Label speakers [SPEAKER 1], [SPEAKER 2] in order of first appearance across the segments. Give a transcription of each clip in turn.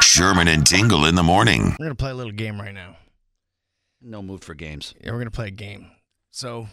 [SPEAKER 1] Sherman and Tingle in the morning.
[SPEAKER 2] We're gonna play a little game right now.
[SPEAKER 3] No mood for games.
[SPEAKER 2] Yeah, we're gonna play a game. So,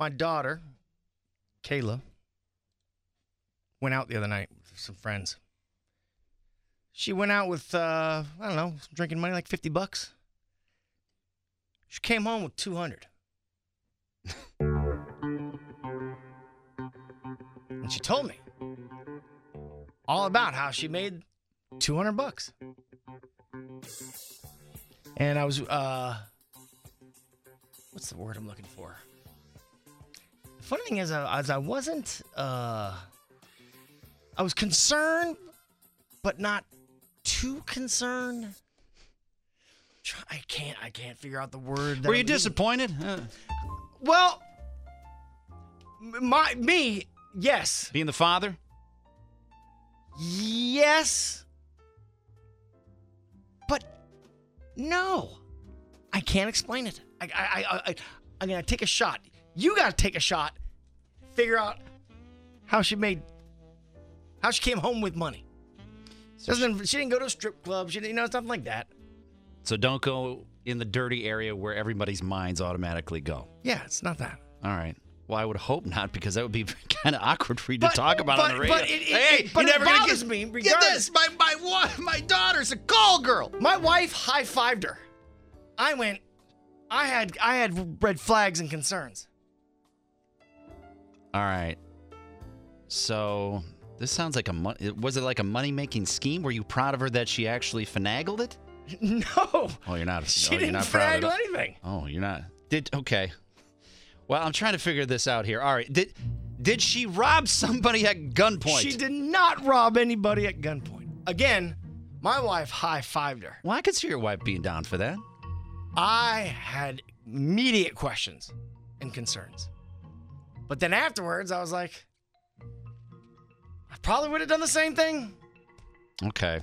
[SPEAKER 2] my daughter, Kayla, went out the other night with some friends. She went out with uh, I don't know, some drinking money like fifty bucks. She came home with two hundred. and she told me all about how she made 200 bucks. And I was, uh, what's the word I'm looking for? The funny thing is, I, as I wasn't, uh, I was concerned, but not too concerned. Try- I can't, I can't figure out the word. that
[SPEAKER 3] Were
[SPEAKER 2] I'm
[SPEAKER 3] you
[SPEAKER 2] looking-
[SPEAKER 3] disappointed? Uh,
[SPEAKER 2] Well, m- my, me, yes.
[SPEAKER 3] being the father?
[SPEAKER 2] Yes. But no. I can't explain it. I, I, I, I, I'm going to take a shot. You got to take a shot. Figure out how she made, how she came home with money. Doesn't, she didn't go to a strip club. She didn't, you know, something like that.
[SPEAKER 3] So don't go in the dirty area where everybody's minds automatically go.
[SPEAKER 2] Yeah, it's not that.
[SPEAKER 3] All right. Well, I would hope not because that would be kind of awkward for you
[SPEAKER 2] But-
[SPEAKER 3] to talk about on
[SPEAKER 2] but-
[SPEAKER 3] the radio.
[SPEAKER 2] but it- it-
[SPEAKER 3] hey,
[SPEAKER 2] it- but
[SPEAKER 3] you're
[SPEAKER 2] it
[SPEAKER 3] never gonna
[SPEAKER 2] bothers
[SPEAKER 3] get,
[SPEAKER 2] me
[SPEAKER 3] Get
[SPEAKER 2] regardless.
[SPEAKER 3] this, my my wa- my daughter's a call girl.
[SPEAKER 2] My wife high fived her. I went, I had, I had red flags and concerns.
[SPEAKER 3] All right. So this sounds like a mon- was it like a money making scheme? Were you proud of her that she actually finagled it?
[SPEAKER 2] No.
[SPEAKER 3] Oh, you're not.
[SPEAKER 2] She
[SPEAKER 3] oh, you're
[SPEAKER 2] didn't
[SPEAKER 3] not proud at
[SPEAKER 2] finagle
[SPEAKER 3] all.
[SPEAKER 2] anything.
[SPEAKER 3] Oh, you're not. Did okay. Well, I'm trying to figure this out here. All right. Did did she rob somebody at gunpoint?
[SPEAKER 2] She did not rob anybody at gunpoint. Again, my wife high fived her.
[SPEAKER 3] Well, I could see your wife being down for that.
[SPEAKER 2] I had immediate questions and concerns. But then afterwards, I was like, I probably would have done the same thing.
[SPEAKER 3] Okay.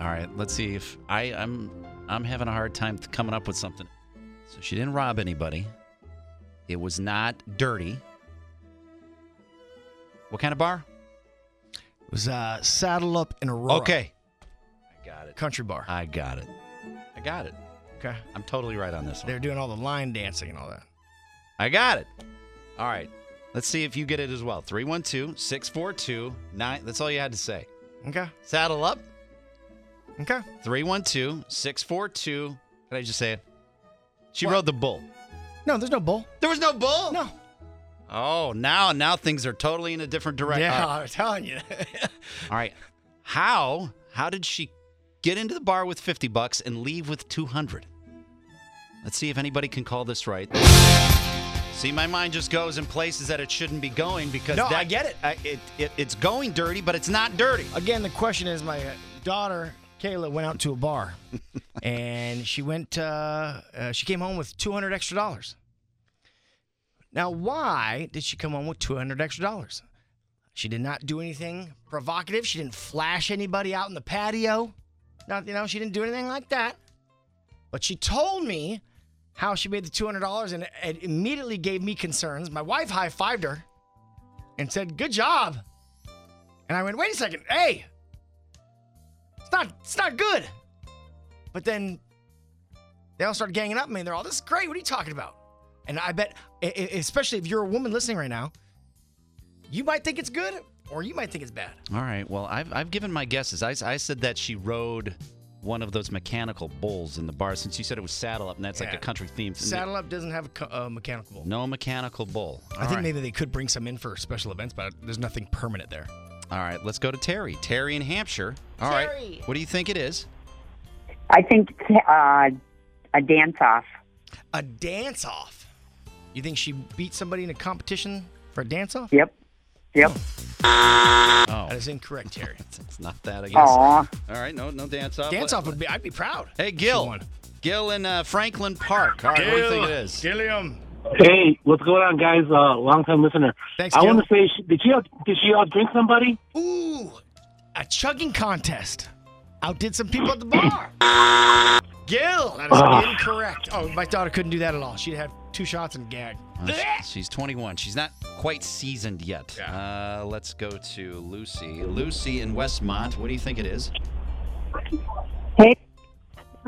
[SPEAKER 3] All right. Let's see if I I'm I'm having a hard time th- coming up with something. So she didn't rob anybody. It was not dirty. What kind of bar?
[SPEAKER 2] It was uh, Saddle Up in Aurora.
[SPEAKER 3] Okay. Uh, I got it.
[SPEAKER 2] Country bar.
[SPEAKER 3] I got it. I got it.
[SPEAKER 2] Okay.
[SPEAKER 3] I'm totally right on this one.
[SPEAKER 2] They were doing all the line dancing and all that.
[SPEAKER 3] I got it. All right. Let's see if you get it as well. 312 642 9. That's all you had to say.
[SPEAKER 2] Okay.
[SPEAKER 3] Saddle up.
[SPEAKER 2] Okay.
[SPEAKER 3] 312 642. Can I just say it? She rode the bull.
[SPEAKER 2] No, there's no bull.
[SPEAKER 3] There was no bull?
[SPEAKER 2] No.
[SPEAKER 3] Oh, now now things are totally in a different uh, direction.
[SPEAKER 2] Yeah,
[SPEAKER 3] All right.
[SPEAKER 2] I'm telling you.
[SPEAKER 3] All right. How how did she get into the bar with 50 bucks and leave with 200? Let's see if anybody can call this right. See, my mind just goes in places that it shouldn't be going because
[SPEAKER 2] No,
[SPEAKER 3] that,
[SPEAKER 2] I get it.
[SPEAKER 3] I, it, it. It's going dirty, but it's not dirty.
[SPEAKER 2] Again, the question is my daughter, Kayla, went out to a bar and she went, uh, uh, she came home with 200 extra dollars. Now, why did she come home with 200 extra dollars? She did not do anything provocative. She didn't flash anybody out in the patio. Not, you know, she didn't do anything like that. But she told me how she made the $200 and it immediately gave me concerns. My wife high fived her and said, Good job. And I went, wait a second, hey, it's not, it's not good. But then they all started ganging up on me. They're all, this is great. What are you talking about? And I bet, e- e- especially if you're a woman listening right now, you might think it's good or you might think it's bad.
[SPEAKER 3] All right. Well, I've, I've given my guesses. I, s- I said that she rode one of those mechanical bulls in the bar since you said it was saddle up, and that's like
[SPEAKER 2] Yeah.
[SPEAKER 3] a country theme.
[SPEAKER 2] Saddle Up doesn't have a co- uh, mechanical bull.
[SPEAKER 3] No mechanical bull.
[SPEAKER 2] I think maybe they could bring some in for special events, but there's nothing permanent there.
[SPEAKER 3] All right, let's go to Terry. Terry in Hampshire. All right.
[SPEAKER 4] Terry.
[SPEAKER 3] What do you think it is?
[SPEAKER 5] I think uh, a dance off.
[SPEAKER 2] A dance off. You think she beat somebody in a competition for a dance off?
[SPEAKER 5] Yep. Yep.
[SPEAKER 3] Oh,
[SPEAKER 2] That is incorrect, Terry.
[SPEAKER 3] it's not that, I guess.
[SPEAKER 5] Aw.
[SPEAKER 3] All right, no, no dance off.
[SPEAKER 2] Dance off would be. I'd be proud.
[SPEAKER 3] Hey, Gil.
[SPEAKER 2] Someone.
[SPEAKER 3] Gil in uh, Franklin Park. All right, what do you think it is?
[SPEAKER 2] Gilliam.
[SPEAKER 4] Hey, what's going on, guys? Uh, long time listener.
[SPEAKER 2] Thanks,
[SPEAKER 4] I
[SPEAKER 2] Gil.
[SPEAKER 4] want to say, sh- did she out, did she out drink somebody?
[SPEAKER 2] Ooh, a chugging contest. Outdid some people at the bar. Gil, that is
[SPEAKER 4] Ah.
[SPEAKER 2] incorrect. Oh, my daughter couldn't do that at all. She'd have two shots and gag.
[SPEAKER 3] Uh, she- she's 21. She's not quite seasoned yet. Uh, let's go to Lucy. Lucy in Westmont. What do you think it is?
[SPEAKER 5] Hey,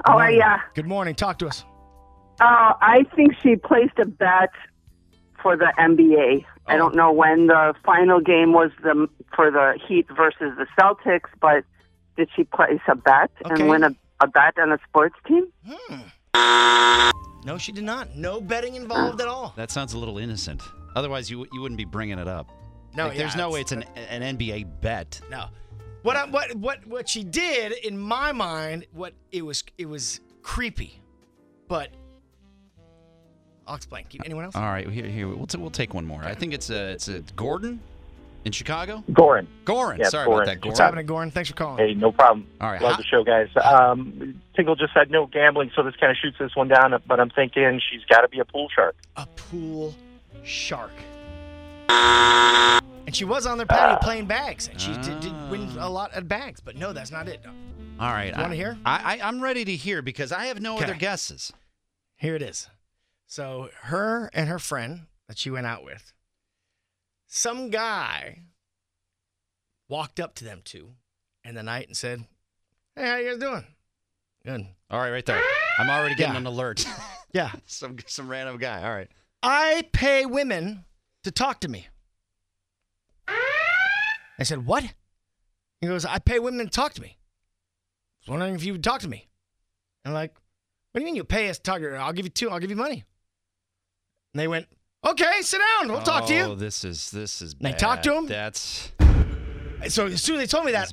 [SPEAKER 5] how are ya?
[SPEAKER 2] Good morning. Talk to us.
[SPEAKER 5] Uh, I think she placed a bet for the NBA. I don't know when the final game was the for the Heat versus the Celtics, but did she place a bet
[SPEAKER 2] Okay.
[SPEAKER 5] and win a, a bet on a sports team?
[SPEAKER 2] No, she did not. No betting involved at all.
[SPEAKER 3] That sounds a little innocent. Otherwise, you, you wouldn't be bringing it up.
[SPEAKER 2] No,
[SPEAKER 3] Like, there's
[SPEAKER 2] yeah,
[SPEAKER 3] no way
[SPEAKER 2] it's-
[SPEAKER 3] it's an, an NBA bet.
[SPEAKER 2] No. What I, what what what she did in my mind, what it was it was creepy, but I'll explain. Keep anyone else?
[SPEAKER 3] All right, here, here we'll, t- we'll take one more. I think it's a, it's a Gordon in Chicago.
[SPEAKER 6] Gorin.
[SPEAKER 3] Goran,
[SPEAKER 6] Yeah,
[SPEAKER 3] sorry
[SPEAKER 6] Goran.
[SPEAKER 3] about that,
[SPEAKER 2] What's
[SPEAKER 3] Goran.
[SPEAKER 2] happening, Gordon? Thanks for calling.
[SPEAKER 6] Hey, no problem.
[SPEAKER 3] All right,
[SPEAKER 6] Love
[SPEAKER 3] how-
[SPEAKER 6] the show, guys. Um, Tingle just said no gambling, so this kind of shoots this one down. But I'm thinking she's got to be a pool shark.
[SPEAKER 2] A pool shark. And she was on their patio playing bags, and she did, did win a lot at bags. But no, that's not it.
[SPEAKER 3] All right,
[SPEAKER 2] You wanna
[SPEAKER 3] I-
[SPEAKER 2] hear?
[SPEAKER 3] I, I I'm ready to hear because I have no other
[SPEAKER 2] Okay.
[SPEAKER 3] guesses.
[SPEAKER 2] Here it is. So her and her friend that she went out with, some guy walked up to them two in the night and said, "Hey, how you guys doing?" Good.
[SPEAKER 3] All right, right there. I'm already getting
[SPEAKER 2] Yeah.
[SPEAKER 3] an alert.
[SPEAKER 2] Yeah.
[SPEAKER 3] some some random guy. All right.
[SPEAKER 2] I pay women to talk to me. I said, What? He goes, I pay women to talk to me. I was wondering if you would talk to me. And I'm like, What do you mean you pay us to talk to you? I'll give you two, I'll give you money. And they went, Okay, sit down, we'll talk to
[SPEAKER 3] Oh,
[SPEAKER 2] you.
[SPEAKER 3] this is this is.
[SPEAKER 2] They talked to
[SPEAKER 3] bad.
[SPEAKER 2] him?
[SPEAKER 3] That's
[SPEAKER 2] So as soon as they told me that,
[SPEAKER 3] Oh. That's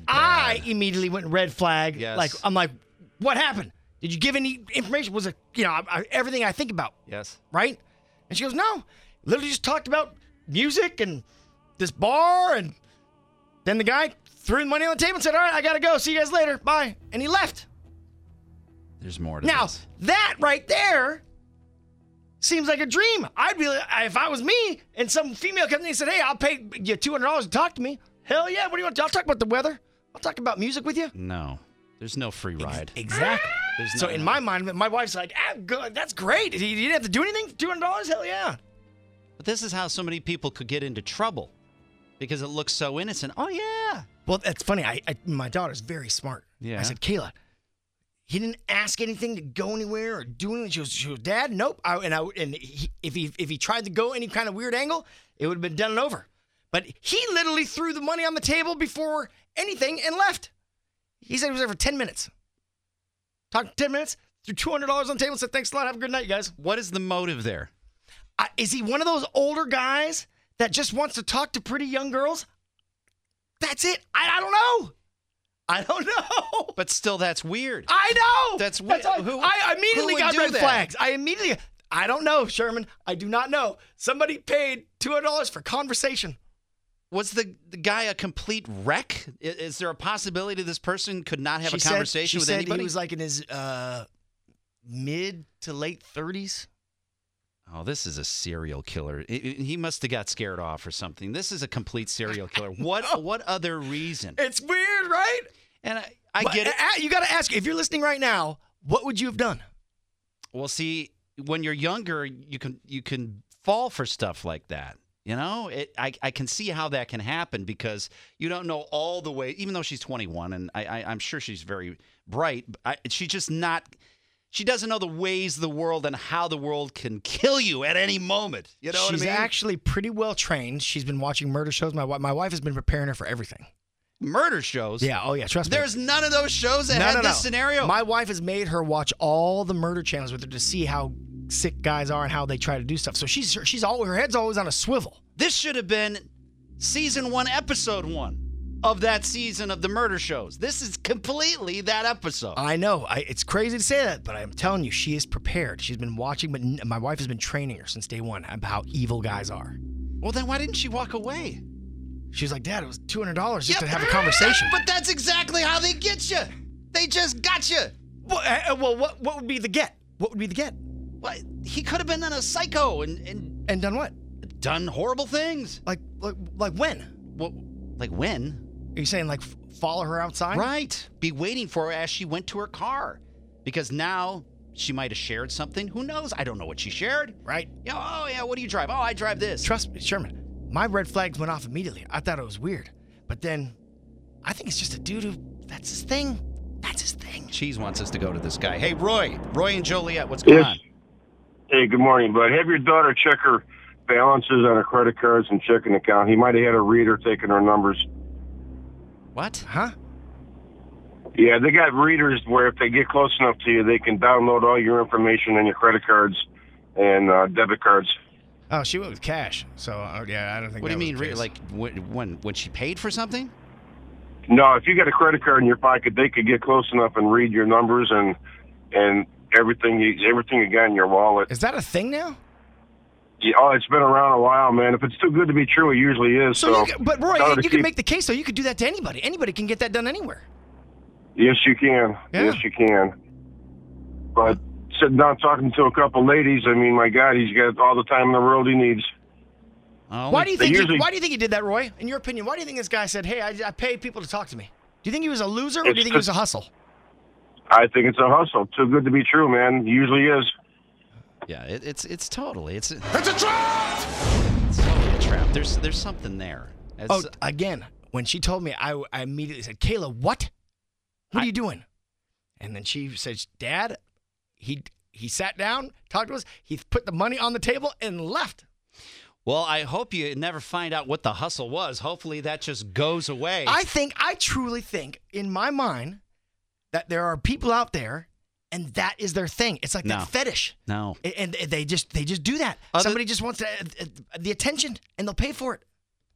[SPEAKER 2] I
[SPEAKER 3] bad.
[SPEAKER 2] immediately went red flag.
[SPEAKER 3] Yes.
[SPEAKER 2] Like, I'm like, What happened? Did you give any information? Was it, you know, I, I, everything I think about?
[SPEAKER 3] yes.
[SPEAKER 2] right? And she goes, no, literally just talked about music and this bar. And then the guy threw the money on the table and said, all right, I got to go. See you guys later. Bye. And he left.
[SPEAKER 3] There's more to
[SPEAKER 2] Now,
[SPEAKER 3] this.
[SPEAKER 2] that right there seems like a dream. I'd be, if I was me and some female company said, hey, I'll pay you $200 to talk to me. Hell yeah. What do you want? I'll talk about the weather. I'll talk about music with you.
[SPEAKER 3] No, there's no free ride.
[SPEAKER 2] Exactly.
[SPEAKER 3] There's
[SPEAKER 2] So
[SPEAKER 3] no-
[SPEAKER 2] in my mind, my wife's like, ah, good, that's great. You you didn't have to do anything for $200? Hell yeah.
[SPEAKER 3] But this is how so many people could get into trouble because it looks so innocent. Oh yeah.
[SPEAKER 2] Well, that's funny. I, I my daughter's very smart.
[SPEAKER 3] Yeah.
[SPEAKER 2] I said, Kayla, he didn't ask anything to go anywhere or do anything. She was, she was Dad, nope. I, and I and he, if he if he tried to go any kind of weird angle, it would have been done and over. But he literally threw the money on the table before anything and left. He said he was there for ten minutes. Talked for ten minutes, threw two hundred dollars on the table, said thanks a lot, have a good night, you guys.
[SPEAKER 3] What is the motive there?
[SPEAKER 2] I, is he one of those older guys that just wants to talk to pretty young girls? That's it. I, I don't know. I don't know.
[SPEAKER 3] But still, that's weird.
[SPEAKER 2] I know.
[SPEAKER 3] That's
[SPEAKER 2] what
[SPEAKER 3] wi- who-
[SPEAKER 2] I immediately
[SPEAKER 3] who would
[SPEAKER 2] got
[SPEAKER 3] do
[SPEAKER 2] red
[SPEAKER 3] that?
[SPEAKER 2] flags. I immediately. I don't know, Sherman. I do not know. Somebody paid two hundred dollars for conversation.
[SPEAKER 3] Was the, the guy a complete wreck? I- Is, there a possibility this person could not have
[SPEAKER 2] She
[SPEAKER 3] a
[SPEAKER 2] said-
[SPEAKER 3] conversation
[SPEAKER 2] she
[SPEAKER 3] with
[SPEAKER 2] said
[SPEAKER 3] anybody?
[SPEAKER 2] He was like in his uh, mid to late thirties.
[SPEAKER 3] Oh, this is a serial killer. I- I- he must have got scared off or something. This is a complete serial killer. What what other reason?
[SPEAKER 2] It's weird, right?
[SPEAKER 3] And I, I
[SPEAKER 2] But
[SPEAKER 3] get it.
[SPEAKER 2] a- a- You got to ask if you're listening right now. What would you have done?
[SPEAKER 3] Well, see, when you're younger, you can you can fall for stuff like that. You know, it, I I can see how that can happen because you don't know all the way. Even though she's 21, and I, I I'm sure she's very bright, but I, she's just not. She doesn't know the ways of the world and how the world can kill you at any moment. You know
[SPEAKER 2] She's
[SPEAKER 3] what I mean?
[SPEAKER 2] actually pretty well trained. She's been watching murder shows. My wi- my wife has been preparing her for everything.
[SPEAKER 3] Murder shows.
[SPEAKER 2] Yeah. Oh yeah. Trust me.
[SPEAKER 3] There's none of those shows that
[SPEAKER 2] no,
[SPEAKER 3] had
[SPEAKER 2] no, no.
[SPEAKER 3] this scenario.
[SPEAKER 2] My wife has made her watch all the murder channels with her to see how sick guys are and how they try to do stuff. So she's she's all her head's always on a swivel.
[SPEAKER 3] this should have been season one, episode one of that season of the murder shows. This is completely that episode.
[SPEAKER 2] I know. I, it's crazy to say that, but I'm telling you, she is prepared. She's been watching, but n- my wife has been training her since day one about how evil guys are.
[SPEAKER 3] Well, then why didn't she walk away?
[SPEAKER 2] She was like, Dad, it was two hundred dollars just to have a conversation.
[SPEAKER 3] But that's exactly how they get you. They just got you.
[SPEAKER 2] well, uh, uh, well, what what would be the get? What would be the get?
[SPEAKER 3] What? He could have been then a psycho and, and
[SPEAKER 2] And done what?
[SPEAKER 3] done horrible things.
[SPEAKER 2] Like like like when?
[SPEAKER 3] What? Like when?
[SPEAKER 2] Are you saying like f- follow her outside?
[SPEAKER 3] Right. Be waiting for her as she went to her car. Because now she might have shared something. Who knows? I don't know what she shared.
[SPEAKER 2] Right.
[SPEAKER 3] You know, oh, yeah, what do you drive? Oh, I drive this.
[SPEAKER 2] Trust me, Sherman. My red flags went off immediately. I thought it was weird, but then I think it's just a dude who that's his thing. That's his thing.
[SPEAKER 3] Cheese wants us to go to this guy. Hey, Roy. Roy and Joliet, what's going
[SPEAKER 4] Yes.
[SPEAKER 3] on?
[SPEAKER 4] Hey, good morning, bud. Have your daughter check her balances on her credit cards and checking account. He might have had a reader taking her numbers.
[SPEAKER 3] What?
[SPEAKER 2] Huh?
[SPEAKER 4] Yeah, they got readers where if they get close enough to you, they can download all your information on your credit cards and uh, debit cards.
[SPEAKER 2] Oh, she went with cash. So uh, yeah, I don't think.
[SPEAKER 3] What do
[SPEAKER 2] that was
[SPEAKER 3] you mean?
[SPEAKER 2] the
[SPEAKER 3] Re-
[SPEAKER 2] case.
[SPEAKER 3] like when, when when she paid for something?
[SPEAKER 4] No, if you got a credit card in your pocket, they could get close enough and read your numbers and and everything you everything you got in your wallet.
[SPEAKER 2] is that a thing now?
[SPEAKER 4] Yeah, oh, it's been around a while, man. If it's too good to be true, it usually is.
[SPEAKER 2] So,
[SPEAKER 4] So,
[SPEAKER 2] you could, but Roy,
[SPEAKER 4] uh, Gotta
[SPEAKER 2] you can
[SPEAKER 4] keep-
[SPEAKER 2] make the case though. You could do that to anybody. Anybody can get that done anywhere.
[SPEAKER 4] Yes, you can.
[SPEAKER 2] Yeah.
[SPEAKER 4] Yes, you can. But sitting down talking to a couple ladies, I mean, my God, he's got all the time in the world he needs.
[SPEAKER 3] Oh,
[SPEAKER 2] Why do you think? he-
[SPEAKER 4] usually-
[SPEAKER 2] why do you think he did that, Roy? In your opinion, why do you think this guy said, "Hey, I, I pay people to talk to me"? Do you think he was a loser, or do you
[SPEAKER 4] It's
[SPEAKER 2] think he
[SPEAKER 4] the-
[SPEAKER 2] was a hustle?
[SPEAKER 4] I think it's a hustle. Too good to be true, man. He usually is.
[SPEAKER 3] Yeah, it, it's it's totally it's. It's a trap. It's totally a trap. There's there's something there. It's-
[SPEAKER 2] Oh, again, when she told me, I, I immediately said, "Kayla, what? What are you doing?" And then she says, "Dad, he he sat down, talked to us, he put the money on the table, and left."
[SPEAKER 3] well, I hope you never find out what the hustle was. Hopefully that just goes away.
[SPEAKER 2] I think, I truly think, in my mind, that there are people out there, and that is their thing. It's like
[SPEAKER 3] No.
[SPEAKER 2] that fetish.
[SPEAKER 3] no.
[SPEAKER 2] A- And they just they just do that.
[SPEAKER 3] Other-
[SPEAKER 2] Somebody just wants to, uh, uh, the attention, and they'll pay for it.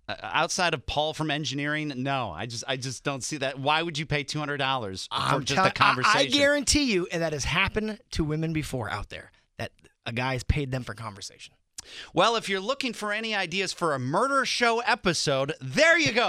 [SPEAKER 3] Uh, outside of Paul from engineering, no. I just I just don't see that. Why would you pay two hundred dollars for
[SPEAKER 2] I'm
[SPEAKER 3] just
[SPEAKER 2] telling-
[SPEAKER 3] a conversation?
[SPEAKER 2] I, I guarantee you, and that has happened to women before out there. That a guy has paid them for conversation.
[SPEAKER 3] Well, if you're looking for any ideas for a murder show episode, there you go.